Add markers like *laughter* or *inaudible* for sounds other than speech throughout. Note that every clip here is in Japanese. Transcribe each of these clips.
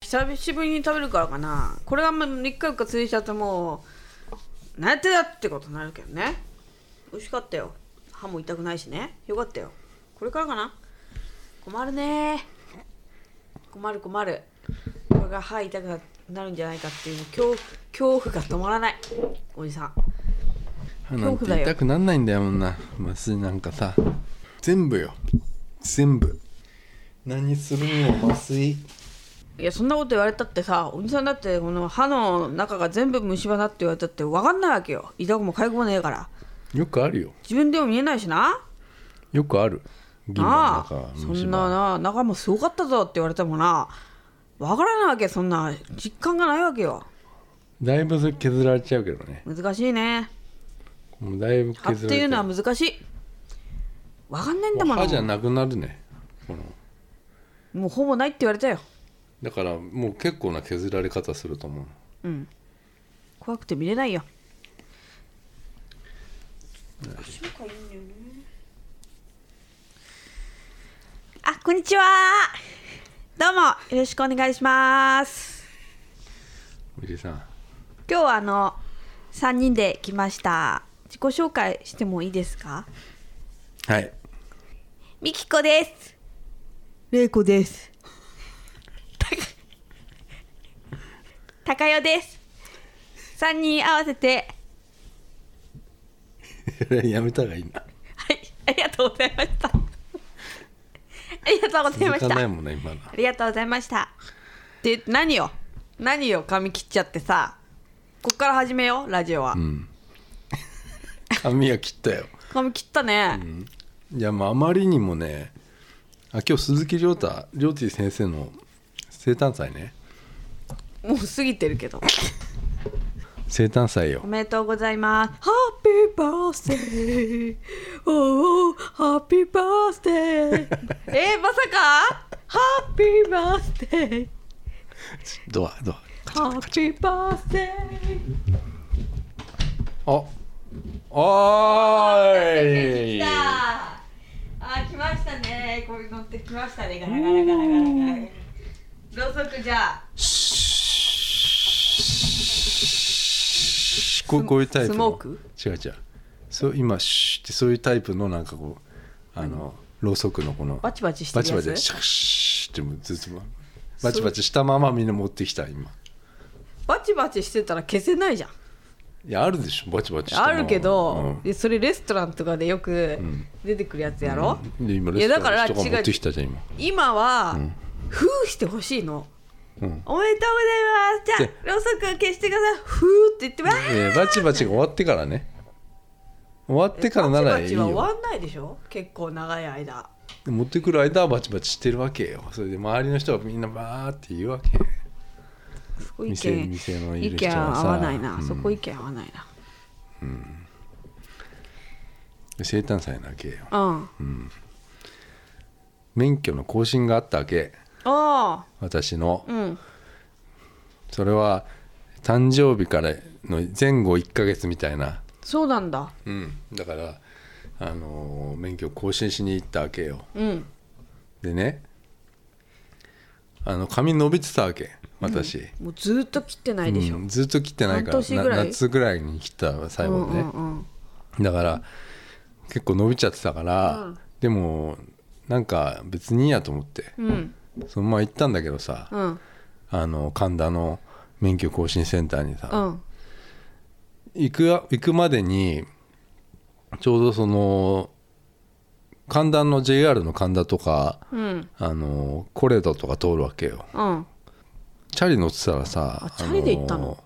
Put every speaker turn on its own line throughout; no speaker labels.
久しぶりに食べるからかなこれがあんま3日4日続いちゃうともう何やってだってことになるけどね美味しかったよ歯も痛くないしねよかったよこれからかな困るね困る困るこれが歯痛くなるんじゃないかっていう恐恐怖が止まらないおじさん
歯な
恐
ん
怖
て
だよ
痛くなんないんだよもんな麻酔なんかさ全部よ全部何するにも麻酔
いやそんなこと言われたってさおじさんだってこの歯の中が全部虫歯だって言われたって分かんないわけよ痛くも痒くもねえから
よくあるよ
自分でも見えないしな
よくある銀
なあ
歯
そんなな仲もすごかったぞって言われてもなわからないわけそんな実感がないわけよ
だいぶそれ削られちゃうけどね
難しいね
もうだいぶ
歯っ
削られちゃ
ていうのは難しいわかんないんだも
もう歯
の
じゃなくなるねこの
もうほぼないって言われたよ
だからもう結構な削られ方すると思う
うん怖くて見れないよあこんにちはどうもよろしくお願いします
おじさん
今日はあの3人で来ました自己紹介してもいいですか
はい
みきこですれいこ *laughs* ですたかよです3人合わせて
*laughs* やめた方がいいな
はいありがとうございました *laughs* ありがとうございま
続
し
か
た
ないもんね今の
ありがとうございました。で、何よ何よ髪切っちゃってさ。こっから始めよう、ラジオは。
うん髪は切ったよ
髪切ったね。
いやまああまりにもねあ今日鈴木亮太亮太先生の生誕祭ね
もう過ぎてるけど。
生誕祭よ
おめでとうございます。ハッピーバースデー。おお、ハッピーバースデ
*laughs*
ー。えー、まさかハッピーバースデー。
ドアドア
ハッピーバースデー。
あおーい
来た。あ、来ましたね。これ乗ってきましたね。ガラガラガラガラガラ。ろうそくじゃあ。
シーこうこういうタイプの
スモーク
違う違うそう今シーってそういうタイプのなんかこうあのろうそくのこの
バチバチして
バ
る
チ
や
バ
つ
チシャッシーってもうずっとバチバチしたままみんな持ってきた今
バチバチしてたら消せないじゃん
いやあるでしょバチバチしたま
あ
ま
るけど、
う
でそれレストランとかでよく出てくるやつやろ、
ん、で今
いや
レス
だ
ト
か
ラ
ら
ンとか
違う
持ってきたじゃん今
今は、ふーしてほしいの、お
うん
めでとうございますじゃあろうそく消してくださいふーって言ってわー
えーバチバチが終わってからね終わってからならいい
バチバチは
よ
終わんないでしょ結構長い間
で持ってくる間はバチバチしてるわけよそれで周りの人がみんなバーって言うわけ
そこ意見
店店のい
意
る人
見
はさ
合わないな、
うん
そこ意見合わない
生誕祭なわけよ
なうん、
免許の更新があったわけ
ああ
私の
うん
それは誕生日からの前後1ヶ月みたいな
そうなんだ
うんだからあのー免許更新しに行ったわけよ
うん
でねあの髪伸びてたわけ私、
もうずーっと切ってないでしょ、
うんずっと切ってないから
半年ぐらい
な夏ぐらいに切った最
う
後
ん
に
う
ね、
んうん
だから結構伸びちゃってたから、
うん
でもなんか別にいいやと思って
うん
そのまま行ったんだけどさ、
うん
あの神田の免許更新センターにさ、
うん
行く行くまでにちょうどその神田の JR の神田とか
うん
あのコレドとか通るわけよ
うん
チャリ乗ってたらさ
あチャリで行ったの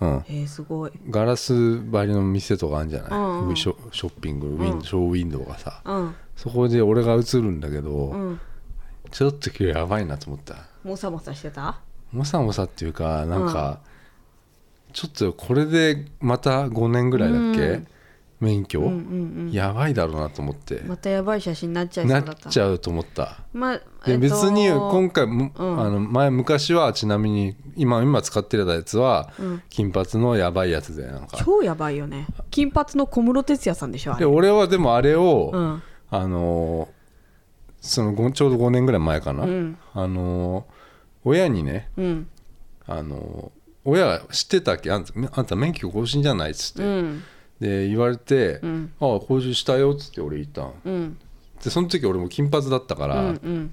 あのうん
えー、すごい
ガラス張りの店とかあるんじゃない、
うんうん
ショショッピングウィン、
うん
ショーウィンドウがさ
うん
そこで俺が映るんだけど、
うん
ちょっと今日やばいなと思った
もさもさしてた
もさもさっていうかなんか、ちょっとこれでまた5年ぐらいだっけ、
うん
免許、
うんうん
やばいだろうなと思って、
うんまたやばい写真になっちゃいそう
な
だ
っ
った
ちゃうと思った
まあ、
で別に今
回
回も、
うん
あの前昔はちなみに今今使ってるやつは、
うん
金髪のやばいやつでなんか
超やばいよね金髪の小室哲哉さんでしょあ
で
れ
俺はでもあれを、
うん
あのーそのごちょうど5年ぐらい前かな、
うん
あのー親にね
うん
あの親が知ってたっけあんたあんた免許更新じゃないっつって、
うん
で言われて「
ん
ああ更新したよ」っつって俺言ったん
うん
でその時俺も金髪だったか
う
ら「
んうん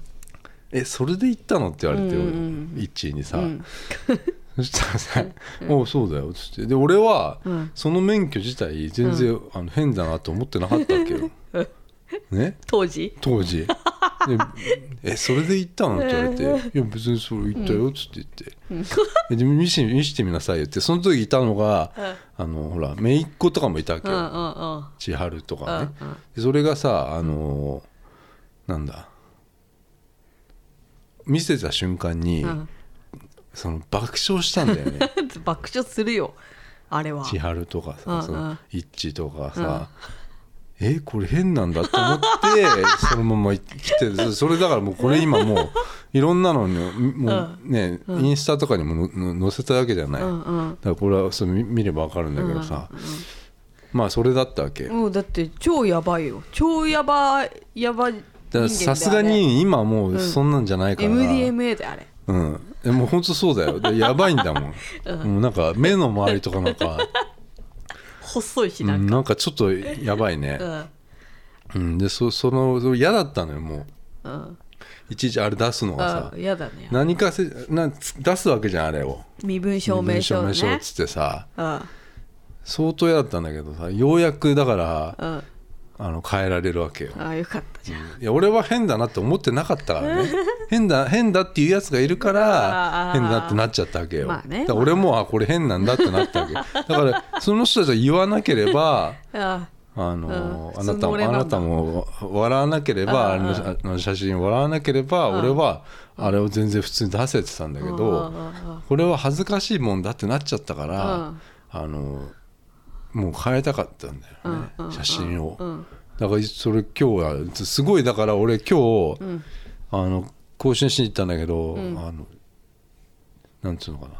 えそれで行ったの?」って言われて、
うんうん
一位にさ、
うん
*laughs* そしたらさ「おうそうだよ」っつってで俺は、
うん
その免許自体全然、あの変だなと思ってなかったわけ
*laughs*
よね
当時
当時でえそれで行ったの?」って言われて「いや別にそれ行ったよ」っつって言って「えでも見せ見せてみなさいよ」ってその時いたのが、あのほら姪っ子とかもいたわけ
うんう
よ、
んうん
千春とかね、
うんうん
でそれがさあのーなんだ見せた瞬間に、 *laughs*
うん
その爆笑したんだよね
爆笑するよあれは
千春とか
うんう
さ
ん
その一致とかさ、えこれ変なんだと思って *laughs* そのまま来てそそれだからもうこれ今 *laughs* もういろんなのにもうね、インスタとかにものの載せたわけじゃない、
うんうん
だからこれはそう見見れば分かるんだけどさ、まあそれだったわけ、
もうだって超やばいよ超やばやばい
だからさすがに今もうそんなんじゃないから、うん
MDMA であれ
えもうほんとそうだよでやばいんだもん、 *laughs* もうなんか目の周りとか *laughs* なんか
細いし
うん
な
なんん
か、
かちょっとやばいね
う、ん
うん、でそそのそれ嫌だったのよも
うん
ういちいちあれ出すのが
あ
さ
やだね
何かせな出すわけじゃんあれを
身分証明書
身
ね
分証明っつってさ
うん
相当嫌だったんだけどさようやくだから
うん
あの変えられるわけよ
あよかったじゃん
いや俺は変だなって思ってなかっ
*laughs*
たからね変だ変だっていうやつがいるか
あー
ら変だってなっちゃったわけよ、
まあね
だから俺もあこれ変なんだってなったわけだからその人たちは言わなければ
あ
あの
うん
あなたも
普通の俺な
あ
んだ
なたも笑わなければあ
うんうん
のあの写真笑わなければ俺はあれを全然普通に出せてたんだけ
う
ど
んうんうんうん
これは恥ずかしいもんだってなっちゃったから、
うん
あのもう変えたかったんだよね、
うんうんうん
写真を。
うん
だからそれ今日はすごいだから俺今日、
ん
あの更新しに行ったんだけど、あのなんつうのかな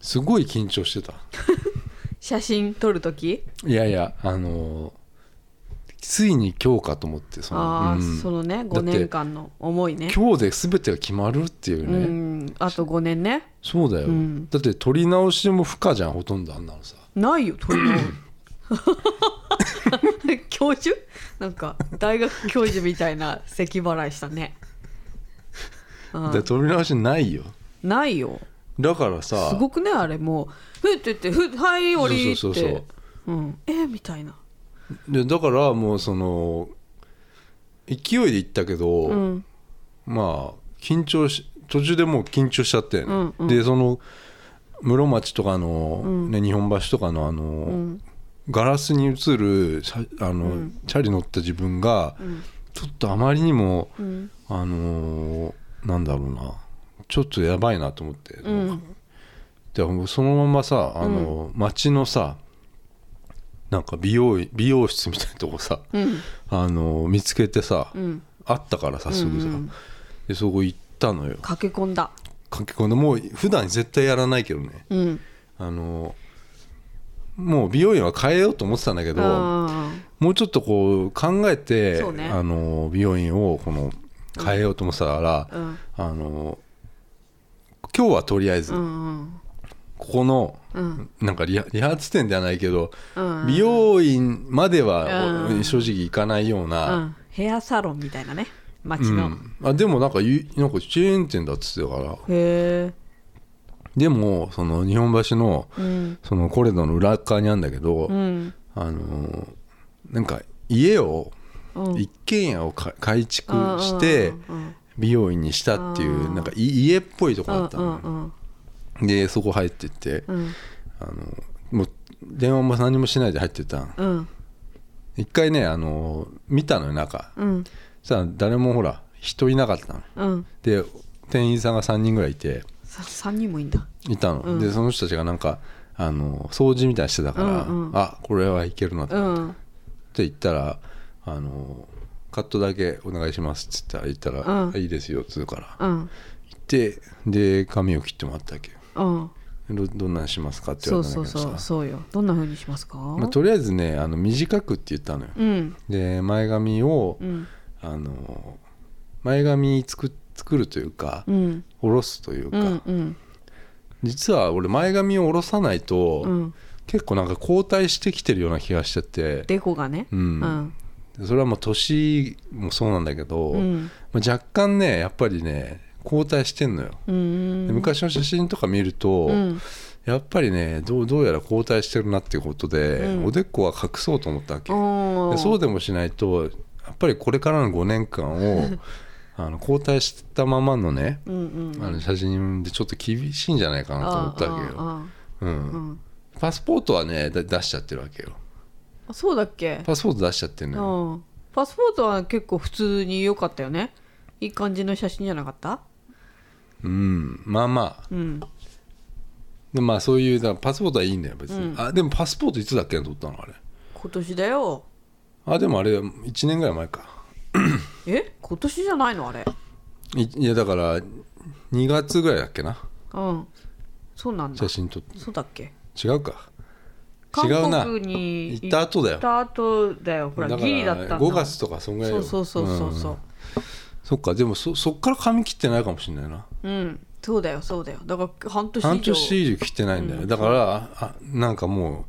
すごい緊張してた
写真撮るとき
いやいやあのついに今日かと思ってその、
ああ、
うん
そのね
って
5年間の思いね
今日で全てが決まるっていう
う
ね、
んあと5年ね
そうだよ、
ん
だって撮り直しも不可じゃんほとんどあんなのさ
ないよ
*laughs*
取り直し教授なんか大学教授みたいな咳払いしたね、うん
で撮り直しないよ
ないよ
だからさ
すごくねあれもう「ふ」って言って「ふ」はい降りって
そうそうそうそう
うん、えみたいな
でだからもうその勢いで行ったけど、
うん
まあ緊張し途中でもう緊張しちゃったよね、
うんうん
でその室町とかの、ね、日本橋とかのあの、
ん
ガラスに映る車あの、チャリ乗った自分が、ちょっとあまりにも、
ん
あのーなんだろうなちょっとやばいなと思って、でもうそのままさあの、街のさなんか美容院美容室みたいなとこさ、
うん
あの見つけてさ、
ん
あったからさすぐさ、でそこ行ったのよ
駆け込んだ
駆け込んでもう普段絶対やらないけどね
うん
あのもう美容院は変えようと思ってたんだけど
あー
もうちょっとこう考えて、
そうね
あの美容院をこの変えようと思ってたから、
うん
あの今日はとりあえず、
うん
ここの、
うん
なんか理理髪店ではないけど、
うん
美容院までは、
うん
正直行かないよう
う
な、
んヘアサロンみたいなね
う
街
ん
の、
あでもなんかゆなんかチェーン店だっつってたから
へえ
でもその日本橋の
うん
そのコレドの裏側にあるんだけど、
うん
あのーなんか家を、
うん
一軒家をか改築して
うん
美容院にしたっていう、
うん
なんかい家っぽいとこ
うん
だった
う
の、
んうん
でそこ入ってって、
うん
あのもう電話も何もしないで入ってったん
うん
一回ねあのー見たのよ中
うん
そしたら誰もほら人いなかったの
うん
で店員さんが3人ぐらいいて
さ三人もいいんだ
いたの、
うん
でその人たちがなんかあの掃除みたいにしてたから、
うんうん
あこれはいけるなと
う
思っ
ん
て言ったら「あのカットだけお願いします」っつったら言ったら
うん
あ「いいですよ」っつうから
うん
行ってで髪を切ってもらったわけよ
うん
どどんなんしますかって言
そ
わ
う
れた
そ
ん
う
だけどさ
そうそうよどんな風にしますか
まあ、とりあえずねあの短くって言ったのよ、
うん
で前髪を、
うん
あの前髪作っ作るというか、
うん
下ろすという
う
か、
んうん
実は俺前髪を下ろさないと、
うん
結構なんか後退してきてるような気がしてて
デコがね
う
うんん
それはもう年もそうなんだけど、
うん
まあ、若干ねやっぱりね後退してんのよ、
うん
で昔の写真とか見ると、
うん
やっぱりねどうどうやら後退してるなっていうことで、
うん
おでこは隠そうと思ったわけ、
おー
でそうでもしないとやっぱりこれからの5年間
*laughs*
をあの後退したままのね、
うんうん
あの写真でちょっと厳しいんじゃないかなと思ったわけよ、
あ
う、
あああうんん
パスポートはねだ出しちゃってるわけよ
あそうだっけ
パスポート出しちゃってるのよ
うんパスポートは結構普通に良かったよねいい感じの写真じゃなかった
うんまあまあ
うん
でまあそういうだからパスポートはいいんだよ別に、
うん
あでもパスポートいつだっけ取ったのあれ
今年だよ
あでもあれ1年ぐらい前か
え今年じゃないのあれ
いいやだから2月ぐらいだっけな
うんそうなんだ
写真撮っ
そうだっけ
違うか違
韓
うな
国に
行った後だよ
行った後だよほら
だから
ギリだったんだ
5月とかそんぐらい
そ
よ
うそうそうそうそ
ん
う
そっかでもそそっから髪切ってないかもしれないな
うん、そうだよそうだよだから半年以上
半年以上切ってないんだよ、
うん
だからあなんかも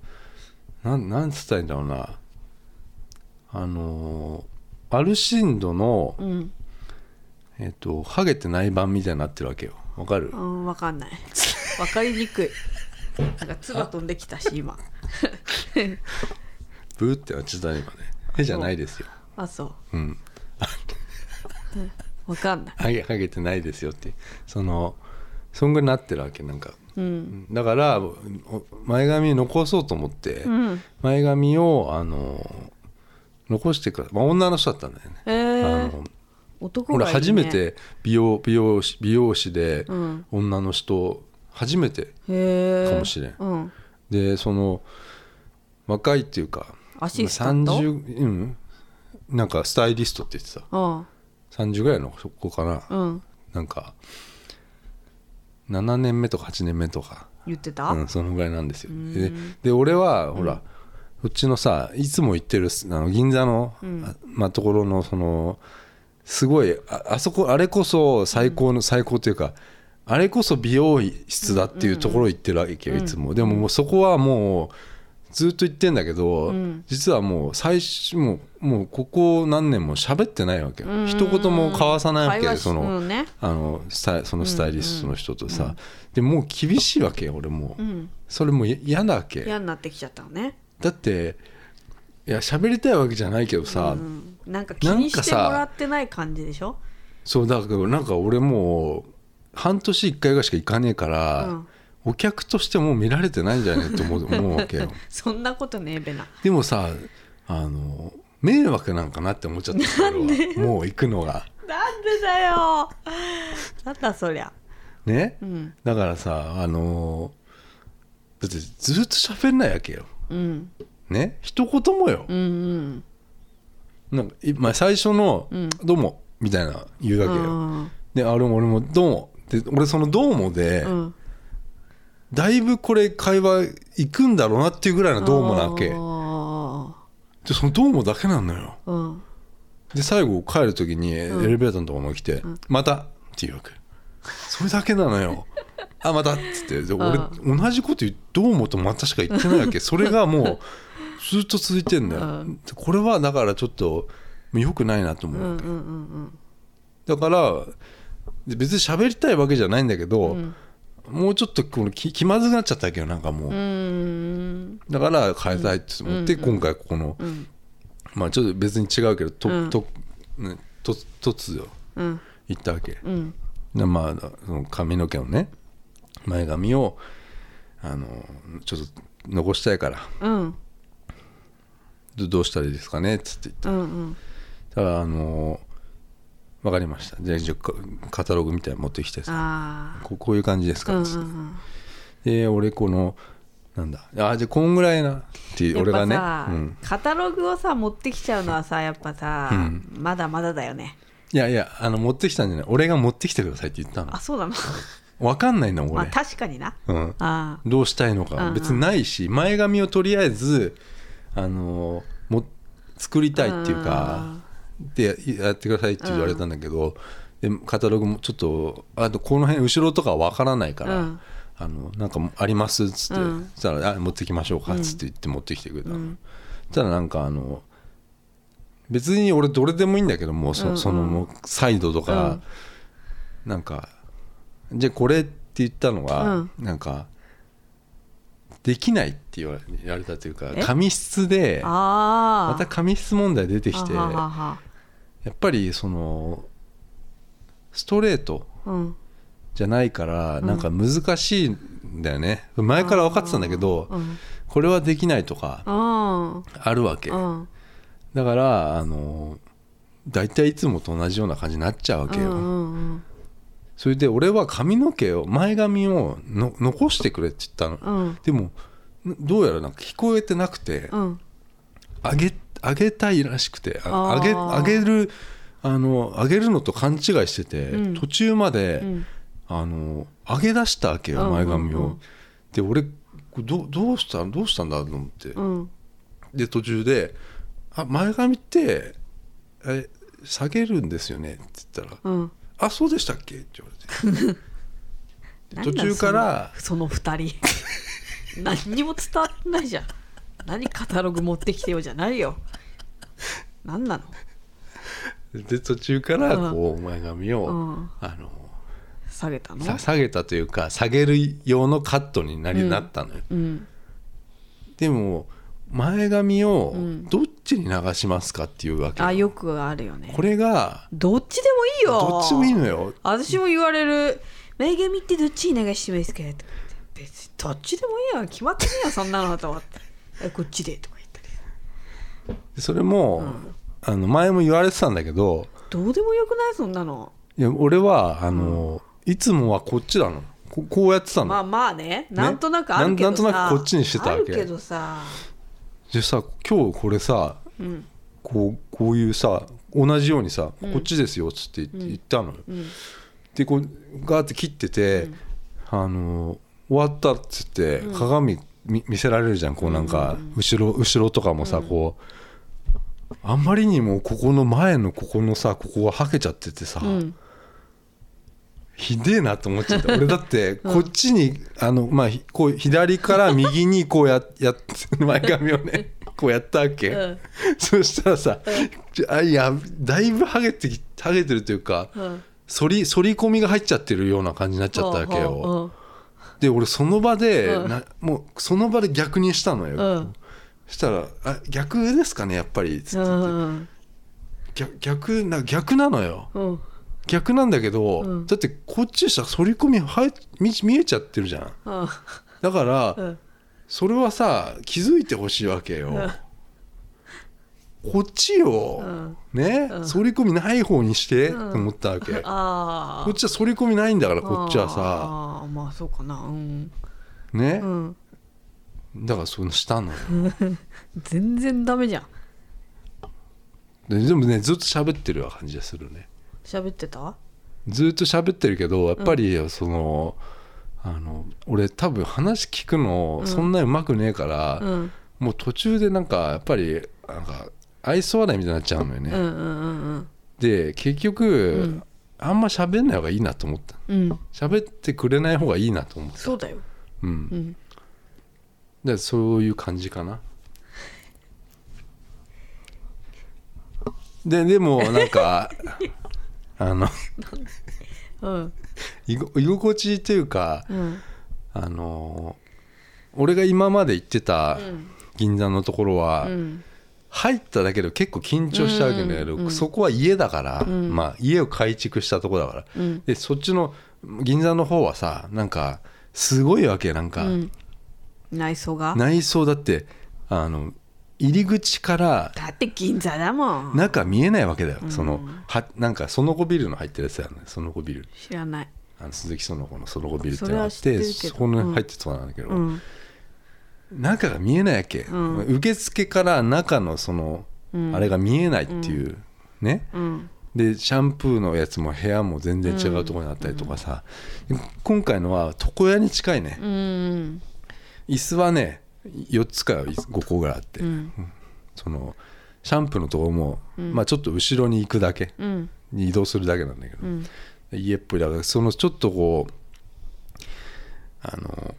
うなんなんつったらいいんだろうなあのーアルシンドの、
うん、
えっとハゲてない版みたいになってるわけよわかる
うん、わか
*laughs*
んないわかりにくいなんか唾飛んできたし今
ブーってなっちゃったね今ね絵じゃないですよ
あそう
うん
わかんない
ハゲハゲてないですよってそのそんぐらいなってるわけなんか
うん
だからお前髪残そうと思って、
うん
前髪をあの残してくら、まあ、女の人だったんだよね、
え
あ
ー、
の
男
俺
がいい、ね、
初めて美容美容師美容師で
うん
女の人初めて
へー
かもしれん
うん
でその若いっていうか
アシスタント
まあ30うんなんかスタイリストって言ってた
うん
30ぐらいの子かな、
うん
なんか7年目とか8年目とか、
言ってた、
うん、そのぐらいなんですよでで俺はほら、こっちのさいつも行ってるあの銀座の、あまあ、ところのそのすごいああそこあれこそ最高の、最高というかあれこそ美容室だっていうところ行ってるわけよ、いつもでももうそこはもうずっと行ってんだけど、実はもう最初もうもうここ何年も喋ってないわけよ、一言も交わさないわけ
会
で
話し
その、
うんね
あのスタイそのスタイリストの人とさ、でもう厳しいわけよ俺もう、
ん
それもうや嫌なわけ
嫌になってきちゃったのね、
だっていや喋りたいわけじゃないけどさ、
うん、なんか気にしてもらってない感じでしょ
そうだからなんか俺もう半年1回ぐらいしか行かねえから、
うん
お客としてもう見られてないんじゃねえって思う思うわけよ
そんなことねえべな
でもさあの迷惑なんかなって思っちゃったんだけどもう行くのが
なんでだよなんだそりゃ
ね、
うん
だからさあのだってずっと喋んないわけよ
うん
ね一言もよ
う、んうん
なんかいまあ、最初の
うん
「どうも」みたいな言う
う
わけよ、
ん
であれも俺も「どうも」で俺その「どうもで」
うん
だいぶこれ会話行くんだろうなっていうぐらいの「どうも」なわけで
う
その「どうも」だけなのよ
ん
で最後帰る時にエレベーターのところに来て「また」って言うわけそれだけなの
*laughs*
よあまたっつってで俺同じこと言う「どうも」と「また」しか言ってないわ
*laughs*
けそれがもうずっと続いてんだ
う
よでこれはだからちょっと良くないなと思う
う
わけ
んうんうん
だからで別に喋りたいわけじゃないんだけど、
ん
もうちょっとこの気気まずくなっちゃったわけどなんかもう、
うんうん
だから変えたいって思って、今回この、
ん
まあちょっと別に違うけどと、
うん
とねと突如
うん
行ったわけ、
うん
でまあその髪の毛をね前髪をあのちょっと残したいから
うん
どどうしたらいいですかねっつって言っ
う
て
ん
たらあの分かりましたじゃあじゃあカタログみたいなの持ってきてさ
あ
こうこういう感じです
あう
か
ん
ら
う
っ
ん
つって
うん
で俺このなんだあじゃあこんぐらいなって
やっ
俺が
ぱ
ね、
さ、
うん、
カタログをさ持ってきちゃうのはさやっぱさ、
うん
まだまだだよね
いやいやあの持ってきたんじゃない俺が持ってきてくださいって言ったの
あそう *laughs* なの
分かんないの
まあ
俺、
確かにな
うん、
あ
どうしたいの
うんう
か
ん
別にないし前髪をとりあえずあのも作りたいっていうかでやってくださいって言われたんだけど、でカタログもちょっとあとこの辺後ろとかわからないから、
うん
あのなんかありますっつって、
うん
そしたらあ持ってきましょうかっつって言って持ってきてくれたの、そしたらなんかあの別に俺どれでもいいんだけどもうそ,、
うんうん
そのもうサイドとか、なんかじゃあこれって言ったのが、
うん
なんかできないって言われ言われたというか
え
紙質で
ああ
また紙質問題出てきて
あはは
や
は
っぱりそのストレート
うん
じゃないからなんか難しいんだよね、前から分かってたんだけど、
うん
これはできないとか
うん
あるわけ、
うん
だからあの大体いつもと同じような感じになっちゃうわけよ、
うん
それで俺は髪の毛を前髪をの残してくれって言った
う
の、
ん
でもどうやらなんか聞こえてなくて
うん
あげあげたいらしくてあ
あ
あげ
ー
あげるあのあげるのと勘違いしてて、
うん
途中まで、
うん
あの上げ出したわけ
うん
よ前髪を、
うんうん
で俺どどうしたどうしたんだと思って、
うん
で途中で「あ前髪ってえ下げるんですよね」って言ったら「
うん
あそうでしたっけ?」って言われてで途中から
そのその2人 *laughs* 何にも伝わってないじゃん何カタログ持ってきてよじゃないよ何なの
で途中から
うん
こう前髪を、
うん
あの
下げたの
さ下げたというか下げる用のカットになり、なったのよ
うん
でも前髪を
うん
どっちに流しますかっていうわけよ、
あよくあるよね
これが
どっちでもいいよ
どっちもいいのよ
私も言われる「前髪ってどっちに流してもいいですか?」とか言って別にどっちでもいいよ決まってねえよそんなの」と思
*laughs*
ってえ「こっちで」とか言ったり
それも、あの前も言われてたんだけど
どうでもよくないそんなの
いや俺はあの、いつもはこっちなのここうやってたの、
まあまあねなんとなくあるけどさ、
なんなんとなくこっちにしてたわけ
あるけどさ
でさ今日これさ、
ん
こうこういうさ同じようにさ、こっちですよっつって言言ったのよ、でこうガーって切ってて、あの終わったっつって鏡見見せられるじゃんこうなんか後ろ後ろとかもさこうあんまりにもここの前のここのさここがはけちゃっててさ、
ん
ひでえなと思っち
*laughs*
ゃった俺だってこっちに、あのまあひこう左から右にこうややっ *laughs* 前髪を
*laughs*
ねこうやったわけ、
うん
そしたらさ、ちょあいやだいぶはげてきはげてるというか、
うん
反り反り込みが入っちゃってるような感じになっちゃったわけよ、
うん
で俺その場で、
うん
なもうその場で逆にしたのよ、
うん
したらあ「逆ですかねやっぱり」つ
う
って
んうん
逆逆な逆なのよ
うん
逆なんだけど、
うん
だってこっちでしたら反り込み入っ見見えちゃってるじゃん
うん
だから、
うん
それはさ気づいてほしいわけよ、こっちを、
ん
ね、反り込みない方にして、
うん
と思ったわけこ
ああ
っちは反り込みないんだからこっちはさ
あーまあそうかなうん、
ね
う、ん、
だからそのしたのよ
全然ダメじゃん
ででもねずっと喋ってるような感じがするね
喋ってた
ずっと喋ってるけどやっぱりその、あの俺多分話聞くのそんなにうまくねえから、
うん
もう途中でなんかやっぱりなんか愛想笑いみたいになっちゃうのよね、
うんうんうん
で結局、
ん
あんま喋んない方がいいなと思った
うんうん
喋ってくれない方がいいなと思った
そうだよ
うん、
ん
でそういう感じかなででもなんか *laughs* あの
うん
居ご居心地というか
うん
あの俺が今まで行ってた
ん
銀座のところは、
うん
入っただけで結構緊張したわけだけど、そこは家だから、まあ、家を改築したとこだから、
うん
でそっちの銀座の方はさなんかすごいわけなんか、
うん内装が
内装だってあの入り口から
だって銀座だもん
中見えないわけだよ、そのはなんかその後ビルの入ってるやつだよねその後ビル
知らない
あの鈴木その子のその後ビルって
そ
の
れ
があ
は
っ
知ってる
て
けど
そこの入ってそうなんだけど、
うん
中が見えないわけ、
ん
受付から中のその、あれが見えないっていう、ね
うん
でシャンプーのやつも部屋も全然違うところにあったりとかさ、今回のは床屋に近いね
うん
椅子はね4つか5個ぐらいあって、
ん
そのシャンプーのとこも、まあ、ちょっと後ろに行くだけ
うん
に移動するだけなんだけ
う
ど、
ん
家っぽいだからそのちょっとこうあの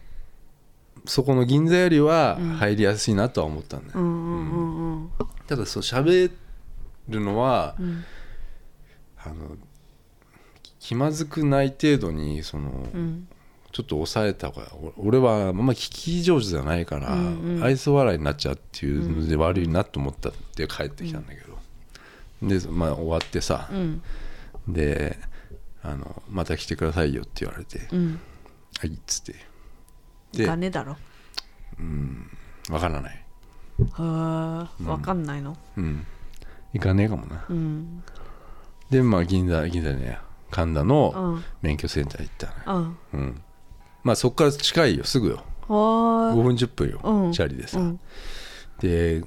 そこの銀座よりは入りやすいなとは思ったんだよ、
うんうんうんうん
ただそう喋るのは、あの気まずくない程度にその、
うん
ちょっと抑えた方がお俺はあんま聞き上手じゃないから、
うんうん
愛想笑いになっちゃうっていうので悪いなと思ったって帰ってきたんだけど、で、まあ、終わってさ、
うん
であの「また来てくださいよ」って言われて「
うん
はい」っつって
お
で
金だろへ
わからない
えわかんないの
うん行かねえかもな
うん
でまあ銀座銀座ねえや神田の
うん
免許センター行ったのよ
うん
うんまあそっから近いよすぐよ
は
5
ーい
分10分よ、
うん
チャリでさ、
うん
で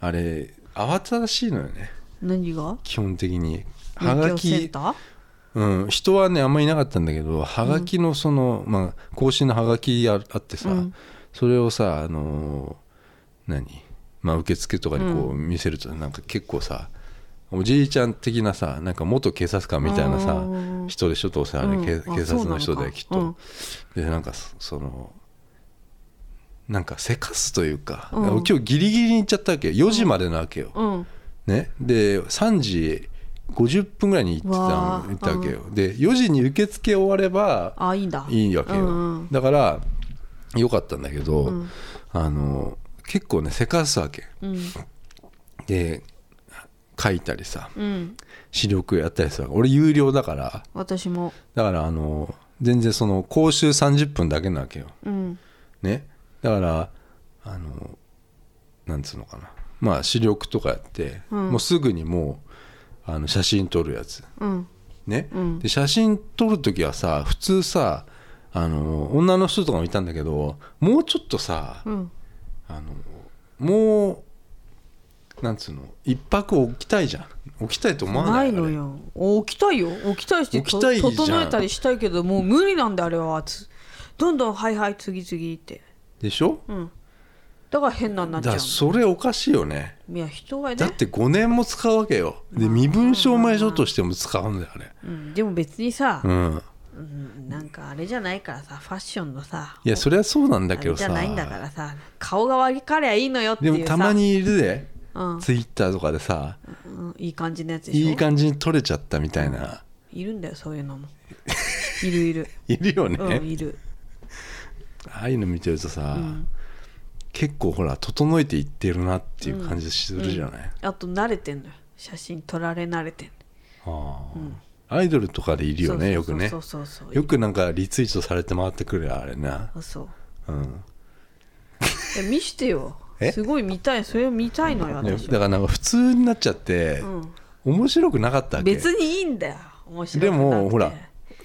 あれ慌ただしいのよね
何が
基本的には
免
が
許セン
き、
ター
うん、人はねあんまりいなかったんだけどはがきのその、まあ、更新のはがきああってさ、
うん
それをさあのー何、まあ、受付とかにこう見せると、なんか結構さおじいちゃん的なさなんか元警察官みたいなさ
うん
人でしょどうせあれ、
うん
け
あ
警察の人
そうな
で
のか
きっと、でなんかそそのなんかせかすというか、
うん
今日ギリギリに行っちゃったわけよ4時までなわけよ、
うん
ね、で3時50分ぐらいに行ってた
わ
の
あ
行ったわけよ、で4時に受付終われば
あいいんだ
いいわけよ、
うんうん
だからよかったんだけど、
うん
あの結構ねせかすわけ
うん
で書いたりさ
うん
視力やったりするわけ俺有料だから
私も
だからあの全然その講習30分だけなわけよ
うん
ねだからあのなんつうのかなまあ視力とかやって、
うん
もうすぐにもうあの写真撮るやつ
うん
ね、
うん
で写真撮る時はさ普通さあの女の人とかもいたんだけどもうちょっとさ、
うん
あのもうなんつうの一泊置きたいじゃん置きたいと思わ
な
ない
いのよ置きたいよ置きたいして
置きたいじゃん
整えたりしたいけどもう無理なんだあれはつどんどんはいはい次々って
あれでしょ
うんだから変なになっ
だ
ち
か
ゃう
らそれおかしいよね
のいや人はね
だって5年も使うわけよで身分証明書としても使うんだよね
うん、でも別にさ、
うん
うんなんかあれじゃないからさファッションのさ
いやそれはそうなんだ
あ
けど
れじ
さ
ゃないんだからさ顔が分かりゃいいのよってい
で
うさ
もたま、にいるで、
うん
ツイッターとかでさ
うんいい感じのやつでしょ
いい感じに撮れちゃったみたいな、
いるんだよそういうのもいるい
*laughs*
る、
いるよね、
うん、いる
ああいうの見てるとさ、結構ほら整えていってるなっていう感じするじゃない、
あと慣れてんのよ写真撮られ慣れてんの
ああアイドルとかでいるよねよ
そ
く
う
ね
そうそうそうそう
よくなんかリツイートされて回ってくるよあれな
あそう
うん
*laughs* え見してよ
え
すごい見たいそれを見たいのよ
ねだ
私
からなんか普通になっちゃって、
ん
面白くなかったわけ
別にいいんだよ面白
で
くなくて
もほら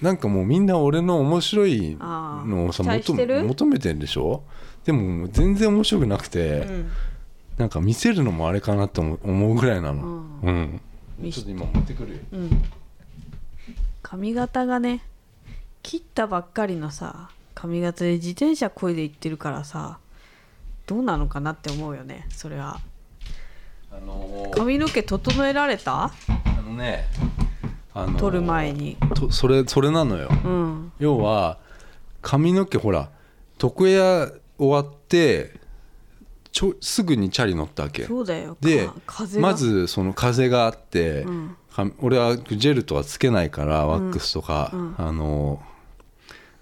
なんかもうみんな俺の面白い
あー
のをさ
期待
求
して
め
る
求めてるでしょでも全然面白くなくて、
うん
なんか見せるのもあれかなと思う思うぐらいなの
うん
うん、
見
ち
し
ょっと今持ってくるよ
うん髪型がね切ったばっかりのさ髪型で自転車こいで行ってるからさどうなのかなって思うよねそれは
あのー
髪の毛整えられた
あのねあのー
撮る前に
とそれそれなのよ
うん
要は髪の毛ほら床屋終わってちょすぐにチャリ乗ったわけ
そうだよ
で
か風が
まずその風があって、
ん
髪俺はジェルとかつけないからワックスとか、
うん
あの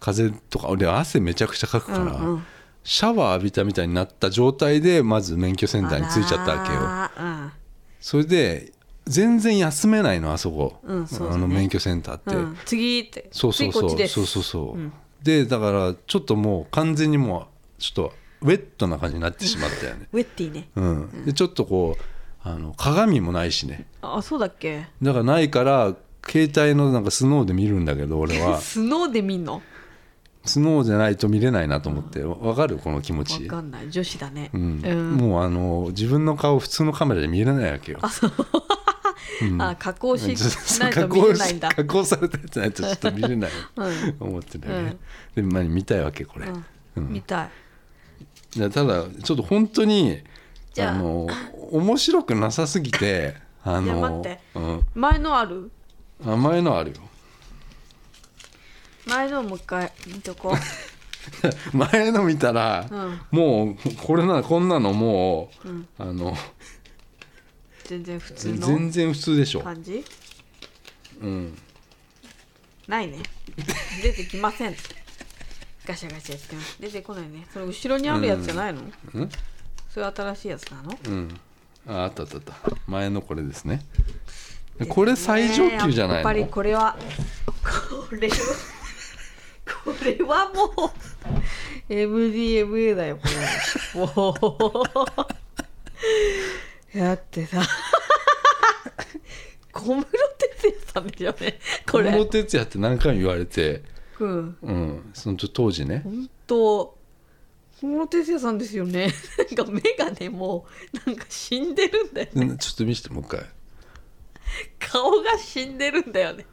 風とか俺汗めちゃくちゃかくから、
うんうん
シャワー浴びたみたいになった状態でまず免許センターに着いちゃったわけよ
あら
それで全然休めないのあそこ、
うんそうだね
あの免許センターって、
ーうん、うん、次って
そうそうそ
次こっち
う
です
そうそうそう、
うん
でだからちょっともう完全にもうちょっとウェットな感じになってしまったよね
ウェッティね
うんでちょっとこうあの鏡もないしね
あそうだっけ
だからないから携帯のなんかスノーで見るんだけど俺
*laughs*
は
スノーで見んのわ
スノーじゃないと見れないなと思ってわわかるこの気持ち
かんない女子だね
うん
うん
もうあの自分の顔普通のカメラで見れないわけよ
あ加工し
*laughs*
ない
加
と見
工
れない
し
んだ
加工されたやつないとちょっと見れない *laughs* 思ってたよね、でまあ見たいわけこれ、う
見たい
いやただちょっと本当に
じゃあ
の面白くなさすぎてあ
いや待
の
って
うん
前のある
あ前のあるよ *laughs*
前のもう一回見と
*laughs*
こう
前の見たら、
うん
もうこれなこんなのもう、
うん
あの
全然普通の
全然普通でしょ、
感じ
うん、
ないね出てきませんガシャガシャやってます出てこないねそれ後ろにあるやつじゃないの、
うん
それ新しいやつなの
うん、ああったあったあった前のこれですねこれ最上級じゃな
やっ
いの、
ぱりこれはこれはこれは *laughs* もう MDMA だよこれもう *laughs* だってさ小室哲哉さんでしょうねこ
小室
れ
哲哉って何回も言われて、
うん
うん、そのちょ当時ね
本当小室哲哉さんですよね *laughs* なんか目がねもうなんか死んでるんだよね
うんちょっと見せてもう一回
顔が死んでるんだよね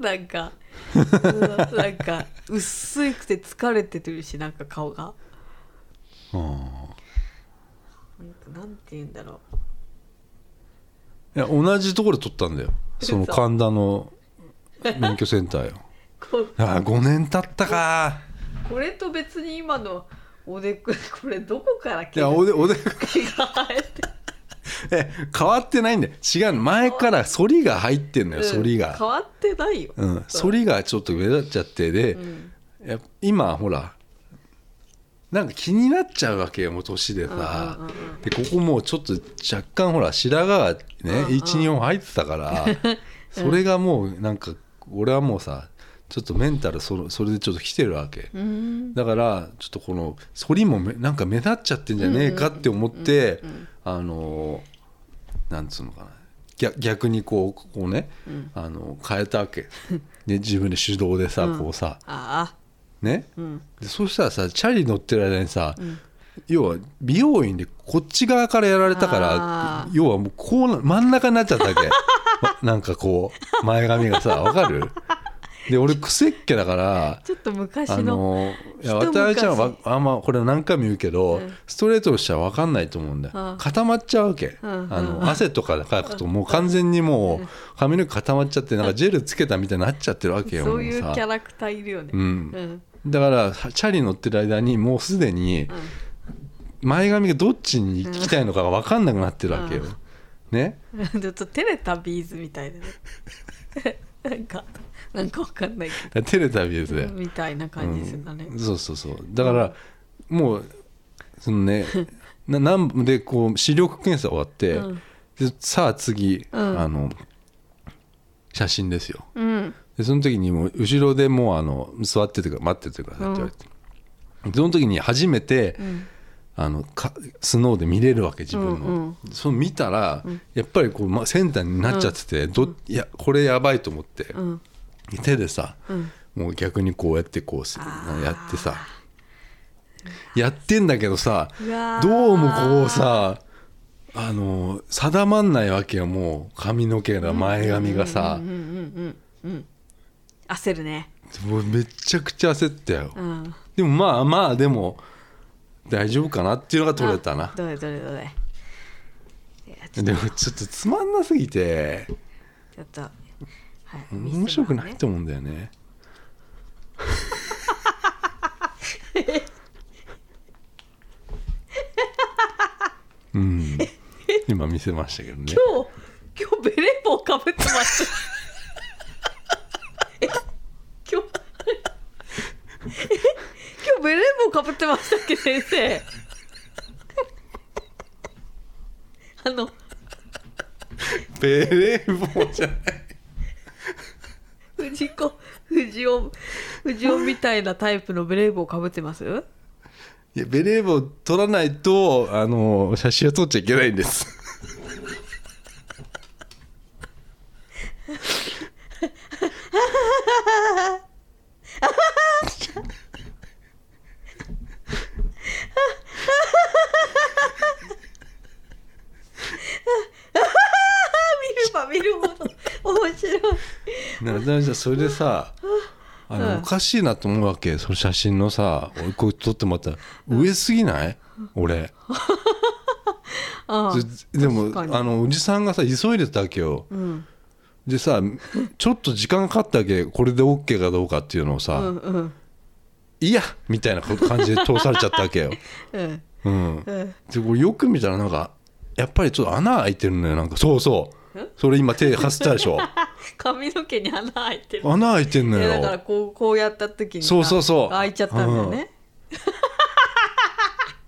なんかうんなんか薄いくて疲れてるしなんか顔が
あ
なんかなんて言うんだろ
ーいや同じところで撮ったんだよその
嘘
神田の免許センターよ
うこ
*laughs* ああ5年経ったか
これと別に今のおでここれどこから
い
毛
や
が
おでおで
毛が生えて
え変わってないんだよ違うの前から反りが入ってんのよ反り
うん変
が、
わってないよ、
うん、
そう
反りがちょっと目立っちゃってで、
うん
やっぱ今ほらなんか気になっちゃうわけよもう年でさ、
うんうんうん
でここもうちょっと若干ほら白髪がね、
うん
12本入ってたから
*laughs*
それがもうなんか俺はもうさちょっとメンタルそのそれでちょっと来てるわけ、
うん
だからちょっとこの反りもめなんか目立っちゃってんじゃねえかって思ってあのーなんつうのかな逆逆にこうこうね、
うん
あの変えたわ
*laughs*
けで自分で手動でさ、
うん
こうさ
ああ
ね
うん
でそしたらさチャリ乗ってる間にさ、
ん
要は美容院でこっち側からやられたから
あー
要はもうこうな真ん中になっちゃったわけ
*laughs*
まなんかこう前髪がさわかるで俺クセっ気だから
ちょっと昔
あ
の
のいや
一昔
渡辺ちゃんはわあんまこれ何回も言うけど、
うん
ストレートの人は分かんないと思うんだよ、
うん
固まっちゃうわけ、
うん
あ
うん
の汗とかでかくともう完全にもう髪の毛固まっちゃってなんかジェルつけたみたいになっちゃってるわけよ
そういうキ
もう
ャ
さ、
ラクターいるよね、
うん、
うん
だからチャリ乗ってる間にもうすでに前髪がどっちに行きたいのかが分かんなくなってるわけよ、ね
うん、ち *laughs* ょっとテレタビーズみたいなね *laughs* なんかなんかわかんないけ
だからテレタビですね
ど、みたいな感じするかね、
うんそうそうそうだから、もうその
*laughs*
ねななんでこう視力検査終わって、
うん
でさあ次、
うん
あの写真ですよ
うん
でその時にもう後ろでもうあの座っててくだ待っててくださいって言われて、その時に初めて、
うん
あのかスノーで見れるわけ自分の、
うん
その見たら、やっぱりこう、ま、センターになっちゃってて、どいやこれやばいと思って、
うん
手でさ、
うん
もう逆にこうやってこうすやってさやってんだけどさ
うわー
どうもこうさあの定まんないわけよもう髪の毛が前髪がさ
うんうんうんうんうん焦るね
もうめちゃくちゃ焦ったよ
うん
でもまあまあでも大丈夫かなっていうのが取れたな
どれどれどれいやちょ
でもちょっとつまんなすぎて
ちょっと、はい、
面白くない
ミス
と思うんだよねうん今見せましたけどね
マンね今日今日ベレー帽かぶってました *laughs* え今日え今日ベレー帽かぶってましたっけ先生 *laughs* あの
ベレー帽じゃない
藤子藤尾藤尾みたいなタイプのベレー帽かぶってます
いやベレー帽取らないとあの写真は撮っちゃいけないんです
見れば見るほど面白い
なだめさんそれでさあの、
うん
おかしいなと思うわけその写真のさ俺これ撮ってもらったら上すぎない、俺
ああ
ででも
確かに
あのおじさんがさ急いでたわけよ、
うん
でさちょっと時間かかったわけこれで OK かどうかっていうのをさ「
うんうん
いや!」みたいなこ感じで通されちゃったわけ
*laughs*
よ、
うん
うん、
うん
でこれよく見たらなんかやっぱりちょっと穴開いてるのよなんかそうそうそれ今手かすったで
*laughs*
しょ
髪の毛に穴開いてる
穴開いてんの
いやだから
よ
こうこうやった時にさ
そうそうそう
開いちゃったんだよね、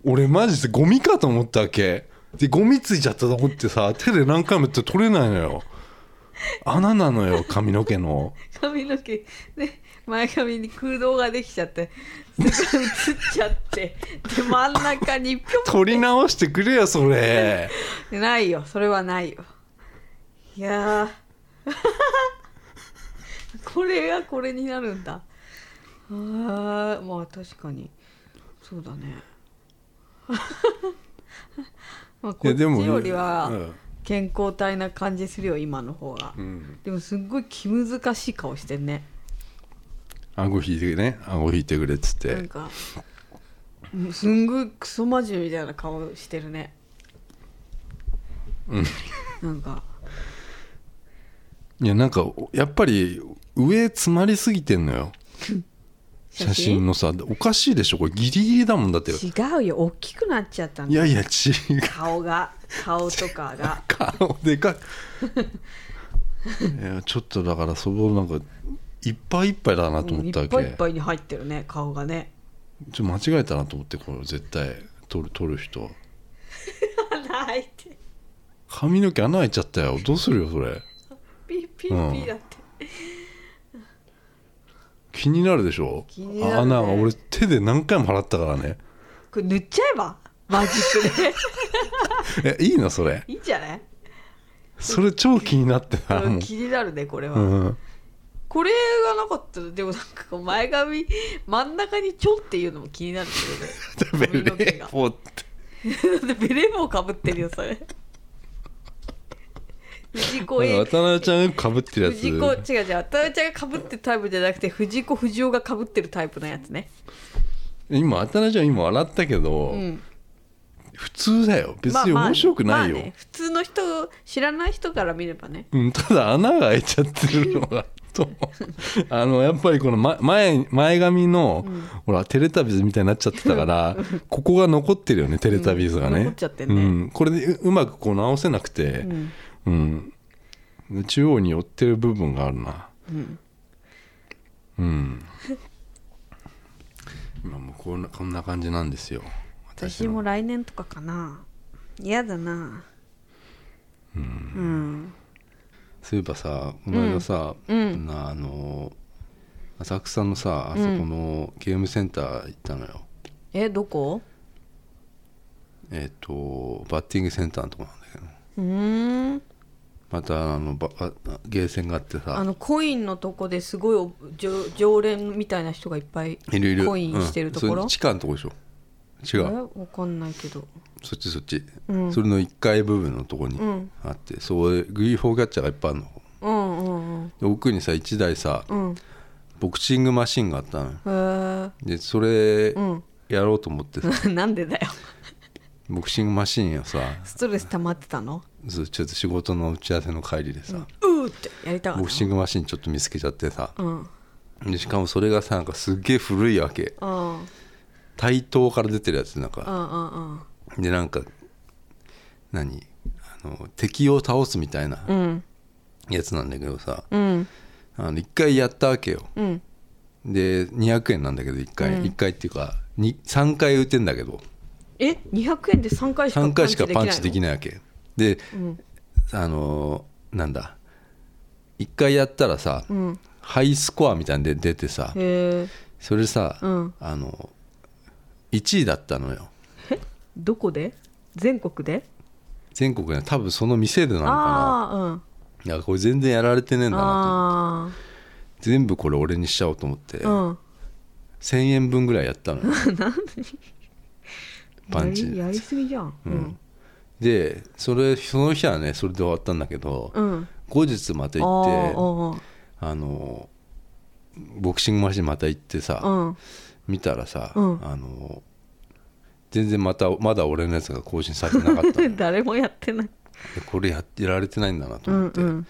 俺マジでゴミかと思ったわけでゴミついちゃったと思ってさ手で何回もやって取れないのよ穴なのよ髪の毛の
髪の毛ね前髪に空洞ができちゃってそれが映っちゃってで真ん中にピョン
取り直してくれよそれ
ってないよそれはないよいやー *laughs* これがこれになるんだあーまあ確かにそうだね *laughs* まあこっちよりは健康体な感じするよ今の方が
うんうん、
でもすっごい気難しい顔してんね
顎引いてね顎引いてくれっつっ
なん
て
かうんすんごいクソ真面目みたいな顔してるね
うん
なんか
いやなんかやっぱり上詰まりすぎてんのよ写真のさおかしいでしょこれギリギリだもんだってい
違うよ大きくなっちゃったの
やいや違う
顔が顔とか
*laughs*
が
顔
*laughs*
でかいいやちょっとだからそこなんかいっぱいいっぱいだなと
うん
思
い
ったわ
っ
け、
ぱいいっぱいに入ってるね顔がね *laughs*
ちょっと間違えたなと思ってこれ絶対撮る撮る人
泣いて
髪の毛穴開いちゃったよどうするよそれ
ピーピーピーだって、
気になるでしょ
気になるね
穴が俺手で何回も払ったからね
これ塗っちゃえばマジックで *laughs*
えいいなそれ
いいんじゃない
それ超気になってたもう
気になるねこれは、
うん
これがなかったらでもなんかこう前髪真ん中にちょんっていうのも気になるけどね髪の毛が
ポっ
*laughs*
て
だってベレー帽かぶってるよ
*laughs*
それ藤子 A
渡辺ちゃんがかぶってるやつ
藤子違う違う渡辺ちゃんがかぶってるタイプじゃなくて藤子不二雄がかぶってるタイプのやつね
今渡辺ちゃん今笑ったけど、
うん
普通だよ別に
まあまあ
面白くないよ、
まあね普通の人知らない人から見ればね
うん、ただ穴が開いちゃってるのがとあのやっぱりこのま前前髪の、ほらテレタビーズみたいになっちゃって
*laughs*
たからここが残ってるよねテレタビーズがね、
うん残っちゃってんね
うんこれでううまくこう直せなくて
うん、
うんで中央に寄ってる部分があるな
うん
うん今もうこんなこんな感じなんですよ
私
の
も来年とかかな嫌だなうん
そういえばさこの間さ、
うん
なあの浅草のさあそこのゲームセンター行ったのよ、
えどこ
えっ、とバッティングセンターのとこなんだけど
うーん
またあのばばゲーセンがあって
あ
さ
のコインのとこですごいおじょ常連みたいな人がいっぱい
いろいろ
コインしてるとこ
うんそれ
ろ、
地下のとこでしょ違
え
う
わかんないけど
そっちそっち、
うん
それの1階部分のとこに
うん
あって、そうグリーフォーキャッチャーがいっぱいあるの
うんうんうん
で奥にさ1台さ
うんへ
ボクシングマシンがあったのよ
え
でそれ
うん
やろうと思ってさ、
なん *laughs* でだよ
ボクシングマシンをさ
ストレス溜まってたの
ずちょっと仕事の打ち合わせの帰りでさ、
うーってやりたか
ボ
っ
クシングマシンちょっと見つけちゃってさ
たうん
でしかもそれがさなんかすっげえ古いわけ
うんうん
対等から出てるやつなんか
うん
でなんか何あの敵を倒すみたいな
うん
やつなんだけどさ
うん
あの1回やったわけよ
うん
で200円なんだけど1回、一回っていうか3回打てんだけど
え200円で3回しか
3回しかパンチでき
ない
ないわけで
の
あのなんだ1回やったらさ、
うんうん
ハイスコアみたいなので出てさ
へえ
それさ、
うん
あの1位だったのよ
どこで全国で
全国で多分その店でなのか
ああうん
ないやこれ全然やられてねえんだなと思って
あ
全部これ俺にしちゃおうと思って、
あうん
1,000円分ぐらいやったのよ
*laughs*
パンチ
やりやりすぎじゃんうん
でそれその日はねそれで終わったんだけど、
うん
後日また
あ
行ってあ
ー
のボクシングマシンまた行ってさ、
あーうん
見たらさ、
うん
あの全然またまだ俺のやつが更新されてなかった
*laughs*
ので
誰もやってない
これやってられてないんだなと
うん
思って、
うん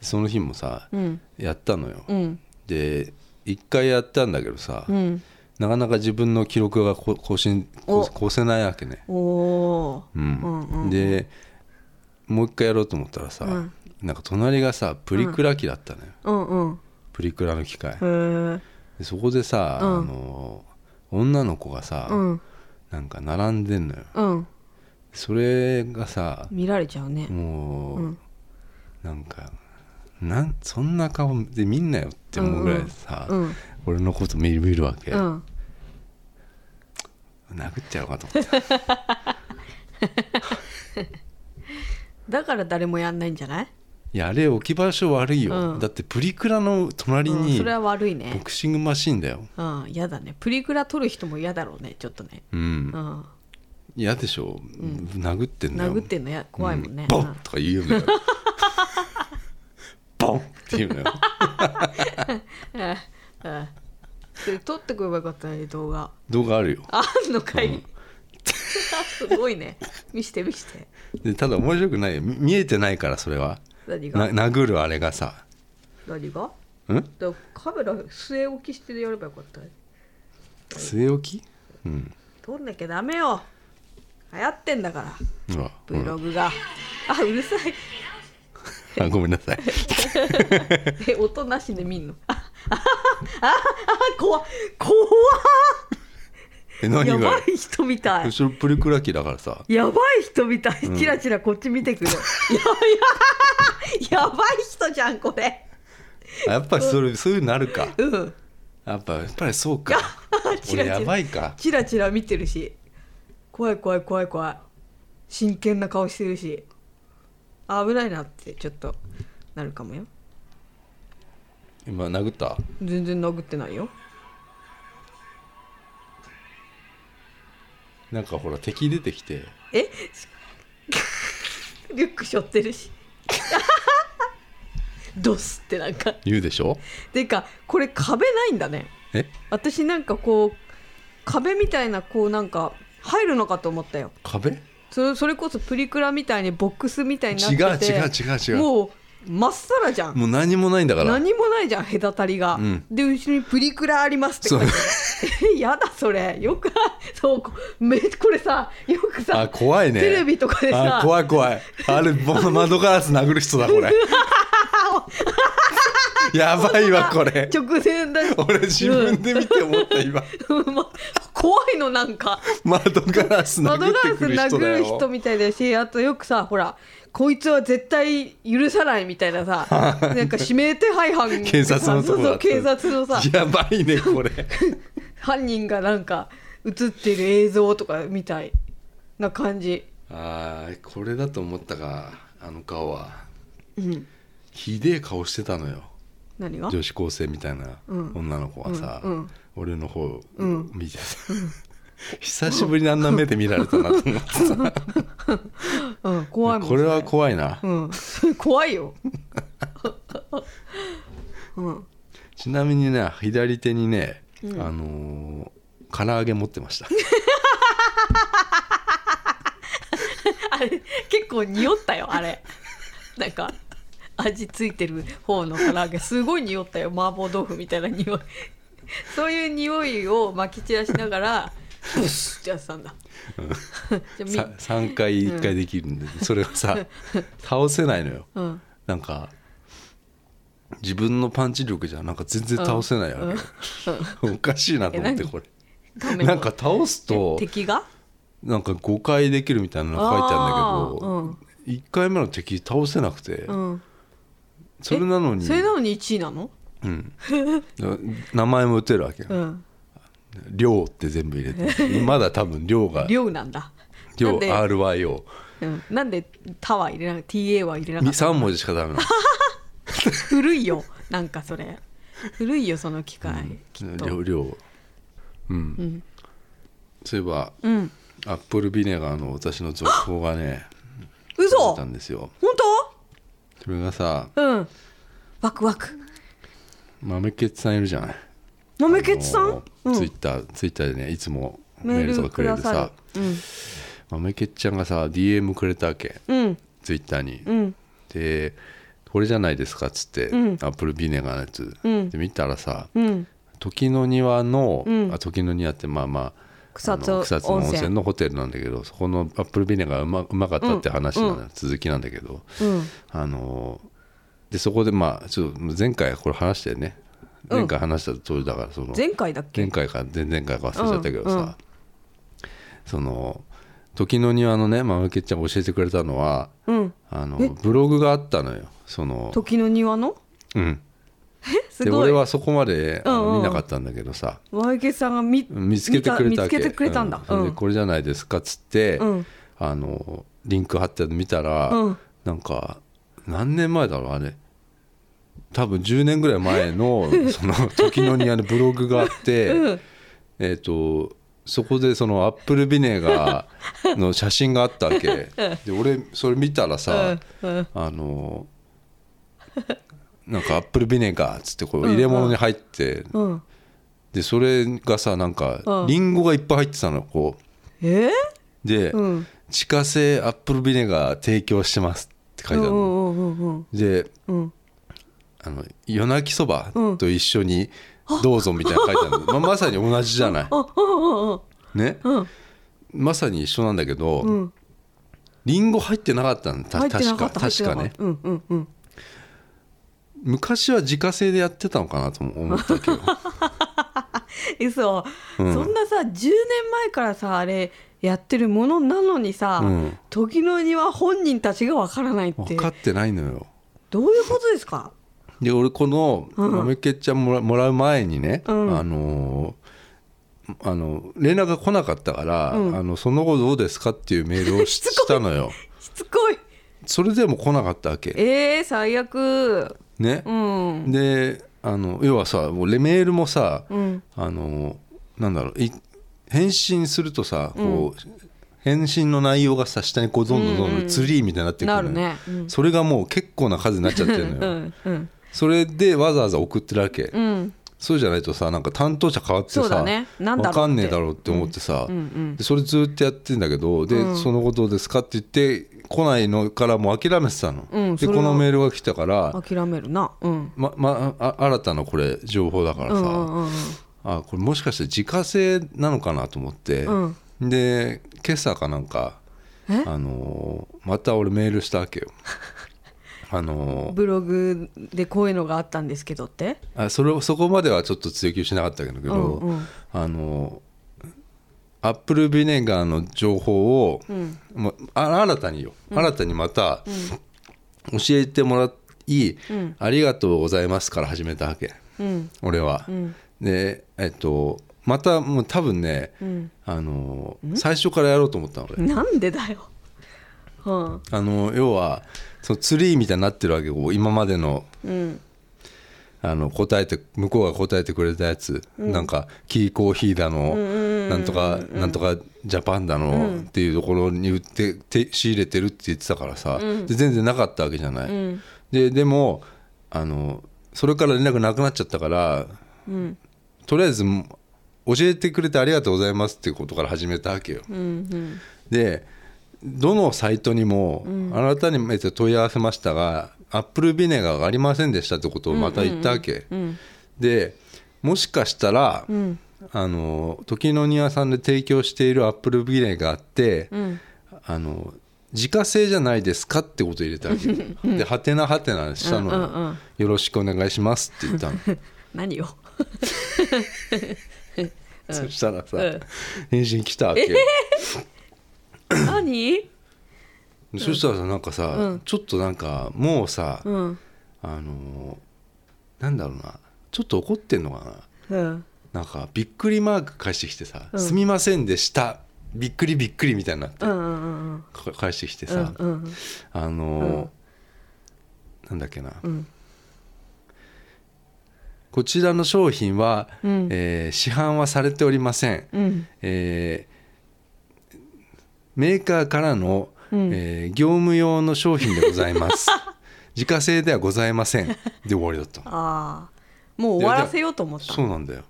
その日もさ、
うん
やったのよ、
うん
で一回やったんだけどさ、
うん
なかなか自分の記録がこ更新
お
こ越せないわけね、
おおー
うん
うんうん
でもう一回やろうと思ったらさ、
うん
なんか隣がさプリクラ機だったのよ、
うんうん
プリクラの機械、
へえ
でそこでさ、
うん
あの女の子がさ、
うん
なんか並んでんのよ
うん
それがさ
見られちゃうね
もう、
うん
なんかなんそんな顔で見んなよって思うぐらいさ、
うん
俺のこと見る見るわけ、
うん
殴っちゃおうかと思って
だから誰もやんないんじゃない
いやあれ置き場所悪いよ、
うん
だってプリクラの隣
うん
に
それは
ボ
悪いね
クシングマシンだよ
うん嫌だねプリクラ撮る人も嫌だろうねちょっとね
うん
うん
嫌でしょ、殴ってんだよ
殴ってんのや怖いもんね
うボ
う
ンとか言うのよボンって言うのよ
うんそれ撮ってくればよかったね動画 *laughs*
動画あるよ
あんのかい、 *laughs* すごいね見して見して
でただ面白くないよみ見えてないからそれは
何
な
が
殴るあれがさ
何が
ん
だからカメラ据え置きしてやればよかったね
据え置きうん
撮んなきゃダメよ流行ってんだから
うわ、うん
Vlog が、あうるさい
あごめん *laughs*
*laughs*
なさい
え音なしで見んの *laughs* ああああ怖っ怖っ
え何
やば
が
い人みたい
後ろプリクラ機だからさ
やばい人みたいチラチラこっち見てくる、やばいやばい人じゃんこれ
あやっぱりそれそういうなるか
うん
やっぱやっぱりそう
チ
か
ラ
俺
チラ
やばいか
チラチラ見てるし怖い怖い怖い怖い真剣な顔してるしあ危ないなってちょっとなるかもよ
今殴った
全然殴ってないよ
なんかほら敵出てきて
え *laughs* リュック背負ってるし *laughs* ドスってなんか
言うでしょ
てかこれ壁ないんだね
え
私なんかこう壁みたいなこうなんか入るのかと思ったよ
壁
そそれこそプリクラみたいにボックスみたいになっ
違う
てて
違う違う違うも
もうまっさらじゃ
うん何もないんだから
何もないじゃん隔たりが、
うん
で後ろに「プリクラあります」って書いてあるえ *laughs* やだそれよくそうこめこれさよくさ
あ怖いね
テレビとかでさ
あ怖い怖いあれぼ窓ガラス殴る人だ
*laughs*
これやばいわ
*laughs*
これ
直前だし
俺自分で見て思った今
うん *laughs* ま怖いのなんか
窓ガラス殴
窓
っ
ガ
て
ラス
くる人
殴
だ
る
よ
人みたいだしあとよくさほらこいつは絶対許さないみたいな
*laughs*
さなんか指名手配犯
警察のとこ
そう
だ
そう警察のさ
やばいねこれ
犯人がなんか映ってる映像とかみたいな感じ
あーこれだと思ったかあの顔は
うん
ひでえ顔してたのよ
何が
女子高生みたいな
うん
女の子はさ、
うんうん
俺の方を
うん
見てさ、久しぶりにあんな目で見られたなと思ってさ
うん *laughs* 怖いもん
これは
そ
怖いな、
うん *laughs* 怖いようん
ちなみにね左手にね、あのー唐揚げ持ってました
*laughs* あれ *laughs* 結構匂ったよあれなんか味ついてる方の唐揚げすごい匂ったよ麻婆豆腐みたいな匂いそういう匂いをまき散らしながらブスってやってたんだじゃあ
さ3回1回できるんで、それ
*laughs*
がさ倒せないのよ
みうん
なんか自分のパンチ力じゃなんか全然倒せないわけ、おかしいなと思って
え何
これ
画面を
なんか倒すと
敵が
なんか5回できるみたいなのが書いてあるんだけ
あー
ど、1回目の敵倒せなくて、
うん
それなのに
それなのに1位なの
うん、名前も打てるわけよ
うん
「亮」って全部入れ
*laughs*
てまだ多分亮が
量なんだ
「亮
なんで
RYO」
うん、なんで「タ」は入れなく TA は入れなかった
3文字しかダメな
古いよなんかそれ古いよその機械、きっ
の
と
亮亮うん、そういえば
うん
アップルビネガーの私の続報がね
嘘
出たんですよ
本
それがさ
当うんワクワク
豆ケツさんいるじゃない
豆ケツさ
あ
ん
の、
うん
ツイッターツイッターでねいつもメールとかくれる
メール
さ
くだ
まあめけっちゃんがさ DM くれたわけ
るうん
ツイッターに、
うん
で「これじゃないですか」っつって、
うん
アップルビネガーのやつ、
うん
で見たらさ
うん
時の庭の、
うん
あ時の庭ってまあまあ
草津
あの草津の温泉のホテルなんだけどそこのアップルビネガーがうまうまかったって話の、
うん
続きなんだけど
うん
あのでそこでまあちょっと前回これ話したよね
うん
前回話した通りだからその
前回だっけ
前回か前々回か忘れちゃったけどさ、
うんうん
その時の庭のねまむけっちゃんが教えてくれたのは
うん
あの
え
ブログがあったのよその、
時の庭の
うん、
す
で
ごい
俺はそこまであの
うんうんうん
見なかったんだけどさ、
和池さんが見
見つけてくれたわけ
見つけてくれたんだ
う
うん
でこれじゃないですかっつって、
うん
あのリンク貼って見たら、
うん
なんか何年前だろうあれ多分10年ぐらい前
*laughs*
のその時の庭のブログがあって、
うん
えっ、とそこでそのアップルビネガーの写真があったわけで俺それ見たらさ、
うんうん
あのなんかアップルビネガーっつってこう入れ物に入って、
うん
でそれがさなん
う
か
ん
リンゴがいっぱい入ってたのこ
えー
うで、
うん
自家製アップルビネガー提供してますって書いてある
う
の、
んうんうん
で
うん
あの夜泣きそばと一緒にどうぞみたいなの書
*laughs*
いてあるの、まあまさに同じじゃないね
うんうん
まさに一緒なんだけど、
うん
リンゴ入ってなかったのた
入ってな
確
か
か
った
確か
入っ
ね
てなったうんうんうん
昔は自家製でやってたのかなとも思ったけ
*laughs*
ど
えそう、そんなさ10年前からさあれやってるものなのにさ、
うん
時の庭本人たちがわからないって
分かってないのよ
どういうことですか
で俺この「
うん
まめけちゃんもら」もらう前にね、
うん
あのーあの連絡が来なかったから、
うん
あのその後どうですかっていうメールをし
しつこい
したの
*laughs*
よ
しつこい
それでも来なかったわけ
えー、最悪
ね
う、ん
であの要はさもうレメールもさ、
うん
あのなんだろうい返信するとさこう、返信の内容がさ下にこうどんどんどんどんツリーみたいになってくる
なる
のよ
ねうん
それがもう結構な数になっちゃってるの
う
よ、
んうん
それでわざわざ送ってるわけ、
うん
そうじゃないとさなんか担当者変わって
そう
さ、
だねなんだろうって
わかんねえだろうって思ってさ、
うんうん
でそれずっとやってんだけどで、
うん
そのことですかって言って来ないのからもう諦めてたの、
うん
で
それ
こ
は
のメールが来たから、
諦めるなうん
ままあ、新たなこれ情報だから
う
さ、
んうんうん
あこれもしかして自家製なのかなと思って、
うん
で今朝かなんか、
え
あのーまた俺メールしたわ
*laughs*
けよあのー
ブログでこういうのがあったんですけどって
あそれをそこまではちょっと追求しなかったけど、
うんうん
あのアップルビネガーの情報を、
うん
まあ新たによ、新たにまた、教えてもらい、
うん
ありがとうございます」から始めたわけ
うん
俺は。
うん
でえっとまたもう多分ね、
うん
あの最初からやろうと思ったの俺。
なんでだようん
あの要はそのツリーみたいになってるわけこう今までの
うん
あの答えて向こうが答えてくれたやつ、なんかキーコーヒーだの、なんとか、なんとかジャパンだの、っていうところに売ってて仕入れてるって言ってたからさ、で全然なかったわけじゃない、
ん
ででもあのそれから連絡なくなっちゃったから
うん
とりあえず教えてくれてありがとうございますっていうことから始めたわけよ、
うんうん
でどのサイトにも改めて問い合わせましたが、アップルビネガーがありませんでしたってことをまた言ったわけ、
ん
でもしかしたら、
ん
あの時の庭さんで提供しているアップルビネガーって、
うん
あの自家製じゃないですかってことを入れたわけ、
*laughs*
ではてなはてなしたのよ、
うんうんうん
よろしくお願いしますって言ったの
何
*laughs*
よ
そしたらさ、
うん
返信来たわけよ、
何
でそしたらさなんかさ、ちょっとなんかもうさ、
うん
あのーなんだろうなちょっと怒ってんのか
うん
ななんかびっくりマーク返してきてさ「すみませんでした」びっくりびっくりみたいになって、
うんうん
か返してきて
うんう
さ、
んうん
あのーなんだっけな、
ん
こちらの商品は、
うん
えー市販はされておりません、
うん
えーメーカーからの、
うん
えー業務用の商品でございます
*laughs*
自家製ではございませんで終わりだっ
あ
た
あもう終わらせようと思った
そうなんだよ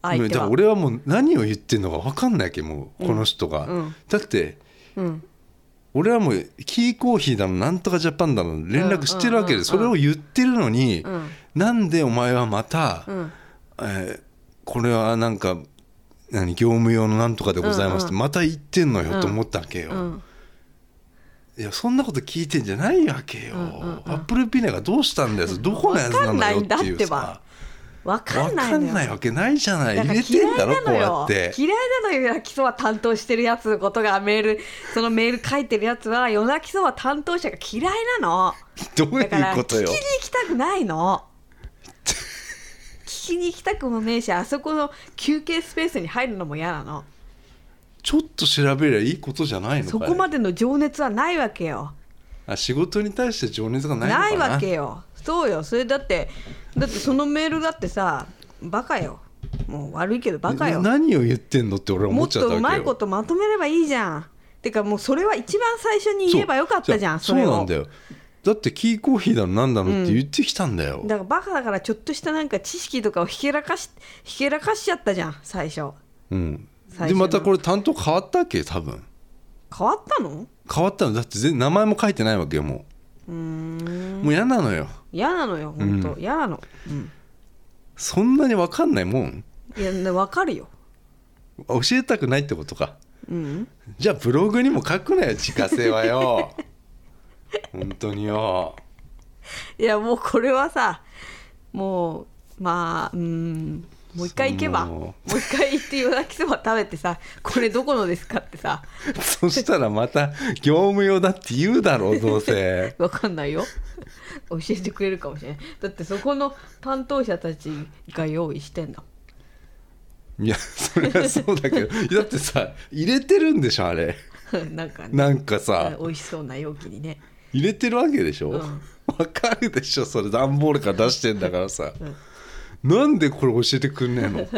相手
だか
は
ら俺はもう何を言ってんのか分かんないけどもうこの人が、
うん
だって
うん
俺はもうキーコーヒーだのなんとかジャパンだの連絡してるわ
うんうんう
けで、
んうん
それを言ってるのに、
うん
なんでお前はまた、
うん
えーこれはなんか何業務用のなんとかでございますって、
うんう
また言ってんのよと思ったわけよ、
うん
いやそんなこと聞いてんじゃないわけよ、
うんうんうん
アップルピネがどうしたんだよどこのやつな
わかん
の
な
よ
い
っ
ん
て
だって
い
ば
うさ
わか
わ
んない
か
の
んない
よ
わけないじゃない
だから
入れてんだろこう
嫌いな
や
のよ
って
嫌いなのよ夜泣きそば担当してるやつのことがメールそのメール書いてるやつは夜泣きそば担当者が嫌いなの
どうい
だから
うこ
聞き
と
に
よ
行きたくないの聞きに行きたくもねえしあそこの休憩スペースに入るのも嫌なの
ちょっと調べりゃいいことじゃないのか
そ
ね
こまでの情熱はないわけよ
あ仕事に対して情熱がないのかな
ないわけよそうよそれだってだってそのメールだってさバカよもう悪いけどバカよ
な何を言ってんのって俺は
も
思
っ
っちゃった
と
わけ
う
よ
まいことまとめればいいじゃんてかもうそれは一番最初に言えばよかったじゃんそ
そう
れを
そうなんだよだってキーコーヒーだのなんだのって言ってきたんだよ、
だからバカだからちょっとしたなんか知識とかをひけらかしひけらかしちゃったじゃん最初
うん、
最
で
初の
またこれ担当変わったっけ多分
変わったの
変わったのだって全名前も書いてないわけよも
うーん
う、もう嫌なのよ
嫌なのよ本当、嫌なの、うん、
そんなに分かんないもん
いやねわかるよ
教えたくないってことか
うん
じゃあブログにも書くなよ自家製は *laughs* よ本当によ
いやもうこれはさもうまあうんもう一回行けば
その
もう一回行って夜泣きそば食べてさこれどこのですかってさ
そしたらまた業務用だって言うだろうど
*laughs*
うせ
わかんないよ教えてくれるかもしれないだってそこの担当者たちが用意してんだもん
いやそれはそうだけどだってさ入れてるんでしょあれ
*laughs* なんかね
なんかさ
美味しそうな容器にね
入れてるわけでしょ、
う
わ
ん
かるでしょそれ段ボールから出してんだからさ、なんでこれ教えてくんねえ
*laughs*
の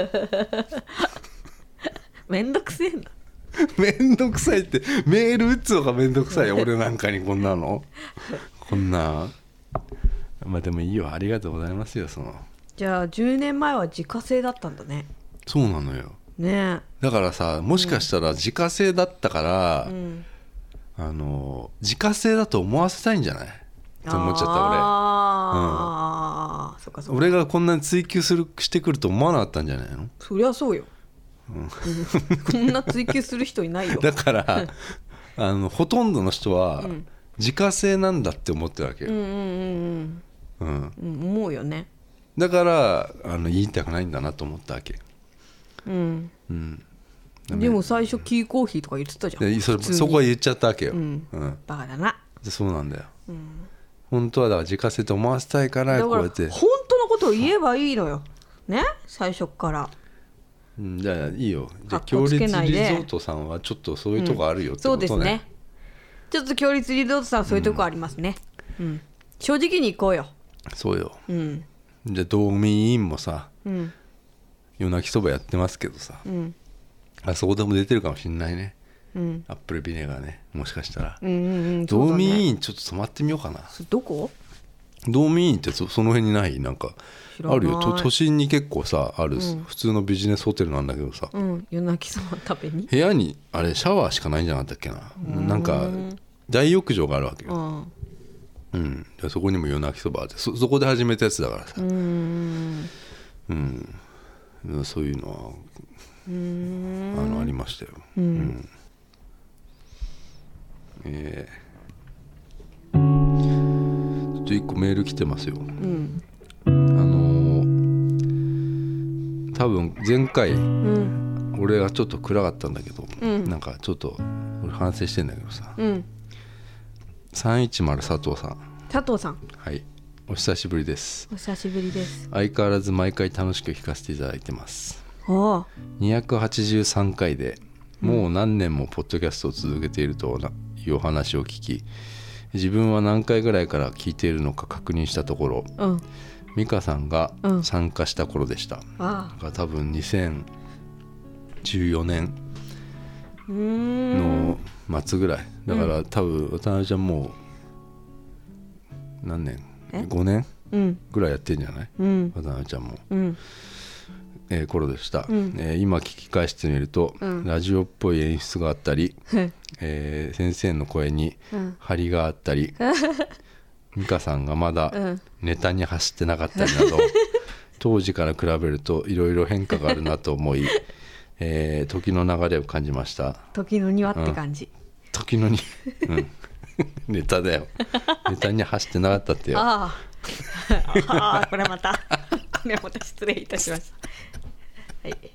めんどくせえな
めんどくさいってメール打つのがめんどくさいよ俺なんかにこんなのこんなまあでもいいよありがとうございますよその
じゃあ10年前は自家製だったんだね
そうなのよ
ね
だからさもしかしたら自家製だったから、
え、うん、
あの自家製だと思わせたいんじゃないと思っちゃった
ああ、そっかそっか
俺俺がこんなに追求するしてくると思わなかったんじゃない
*laughs*
の
そりゃそうよ、うんこんな追求する人いないよ
だ
*laughs*
からあのほとんどの人は
ん
自家製なんだって思ってるわけ
うんう
よ、
んうん
うん
うんうん思うよね
だからあの言いたくないんだなと思ったわけ
うん
うん
でも最初キーコーヒーとか言ってたじゃ
で
ん
それ
普通に
そこは言っちゃったわけよ、
うん
うん
バカだな
でそうなんだよ、本当はだから自家製と思わせたいから
だ
こ
か
う
ら
やっ
本
て、
当のことを言えばいいのよね最初っから
うん、じゃあいいよじゃあ
かっ
強
こつ
烈
け
リゾ
ないで
ートさんはちょっとそういうとこあるよって
そ
こ
うです
と
ねちょっと強立リゾートさんそういうとこありますね、うん正直に行こうよ
そうよ
うん
じゃあ道民委員もさ
うん
夜泣きそばやってますけどさ、
うん
あそこでも出てるかもしんないね
うん
アップルビネガーねもしかしたら、
うんうんうんそう
道
だね
民委員ちょっと泊まってみようかな
そどこ
道民委員ってそその辺にないなんか
知らない
あるよと都心に結構さある、普通のビジネスホテルなんだけどさ、
うん夜泣きそば食べに
部屋にあれシャワーしかないんじゃなかったっけななんか大浴場があるわけ
う
よ、
ん
うん、でそこにも夜泣きそばあってそそこで始めたやつだからさ
う、ん
うんそういうの
うん
はあのありましたよ、
うん
えーちょっと1個メール来てますよ
うん
あのー多分前回
うん
俺がちょっと暗かったんだけど、
うん
なんかちょっと俺反省してんだけどさ
うん
310佐藤さん
佐藤さん
はいお久しぶりです
お久しぶりです
相変わらず毎回楽しく聞かせていただいてます
おお
283回でもう何年もポッドキャストを続けているというお話を聞き自分は何回ぐらいから聞いているのか確認したところ
うん
美香さんが
うん
参加した頃でした、
ああ
が多分2014年
うーん
の末ぐらいだから多分渡辺ちゃんもう何年
え
5年
うん
ぐらいやってんじゃない
うん
渡辺ちゃんも
うん
えー頃でした、えー今聞き返してみると、ラジオっぽい演出があったり、えー先生の声に張りがあった
*laughs*
り、美香さんがまだ
ん
ネタに走ってなかったりな
*laughs*
ど、当時から比べるといろいろ変化があるなと思い、えー時の流れを感じました
時の庭って感じ、
時のに、
*laughs*
うん、ネタだよネタに走ってなかったってよ
ああああこれまた *laughs* これまた失礼いたしましたはい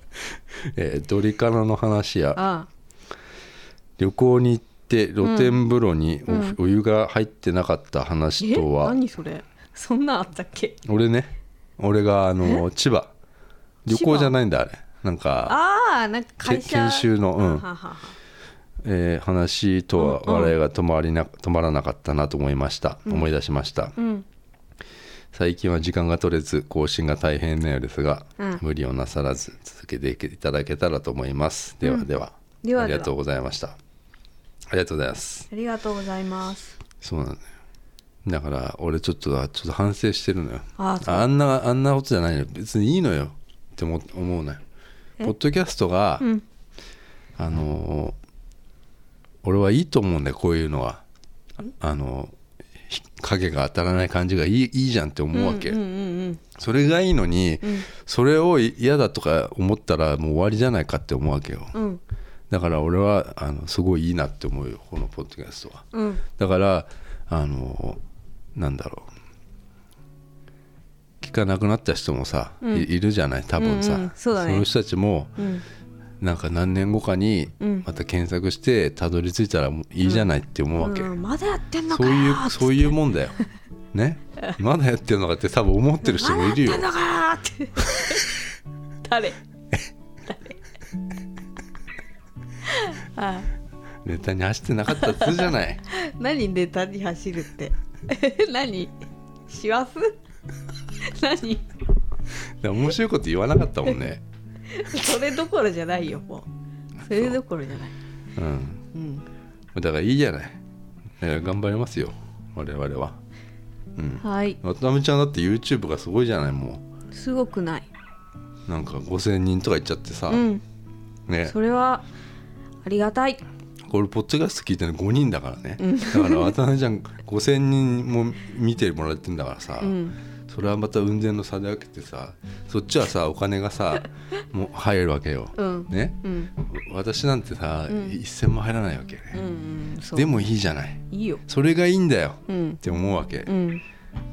えードリカナの話や
あ
旅行に行って露天風呂にお,、湯が入ってなかった
あ
話
え
とは
何それそんなんあったっけ
俺ね俺があの千葉旅行じゃないんだあれなんか、
ああなんか会
け
社
研修のうん
ははは
えー話とは笑いが止まりな止まらなかったなと思いました、思い出しました、
うん
最近は時間が取れず更新が大変なようですが、
うん
無理をなさらず続けていただけたらと思いますではでは、
では
あ
で
り
は
がとうございましたありがとうございます
ありがとうございます
そうなんだよだから俺ちょっとあちょっと反省してるのよ
あそう
んなあんなことじゃないの別にいいのよって思思うのよポッドキャストが、
ん
あのー俺はいいと思うんだよこういうのはあのひ影が当たらない感じがいいいいじゃんって思うわけ、
うんうん
それがいいのに、それを嫌だとか思ったらもう終わりじゃないかって思うわけよ
うんうん
だから俺はあのすごいいいなって思うよこのポッドキャストは
うん
だからあのなんだろう聞かなくなった人もさ、いいるじゃない多分さ、
うんうんそうだね
の人たちも、
ん
なんか何年後かに
うん
また検索してたどり着いたらもういいじゃないって思うわけ、
うんまだやってんのか
そ
よ
ういうそう
う
いうもんだよねまだやってるのかって多分思ってる人もいるよ
まだやってんのかよって誰誰はい
ネタに走ってなかったっつうじゃない
何で谷走るって *laughs* 何師走何
で面白いこと言わなかったもんね
それどころじゃないよもうそれどころじゃない
うん
うん
だからいいじゃないだから頑張りますよ我々は
はい
渡辺ちゃんだって YouTube がすごいじゃないも
すごくないう
なんか5,000人とかいっちゃってさ、
うん
ね
それはありがたい
これポッドキャスト聞いてるの5人だからね、だから渡辺ちゃん5,000人も見てもらってんだからさ、
うん
それはまた雲仙の差で分けてさそっちはさお金がさもう入るわけよ、
うん
ね
うん
私なんてさ、1,000も入らないわけね、
うんうんそう
でもいいじゃない
いいよ
それがいいんだよ
う
っ
ん
て思うわけ、
うん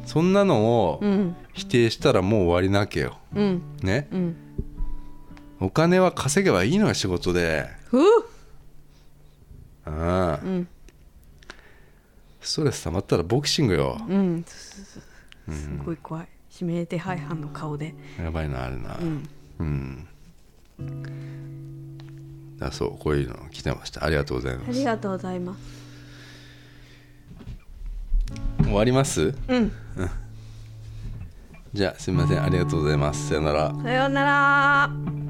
そんなのを
うん
否定したらもう終わりなわけよ
うん
ね
うん
お金は稼げばいいのよ仕事で
ふう
ああ
うん
ストレス溜まったらボクシングよ
うんすすすごい怖い指名手配犯の顔で
やばいなあれな
うん
うん、だそうこういうの来てましたありがとうござい
あ
ます
りがとうございます
終わります
うん
じゃあすみませんありがとうございますさよなら
さようなら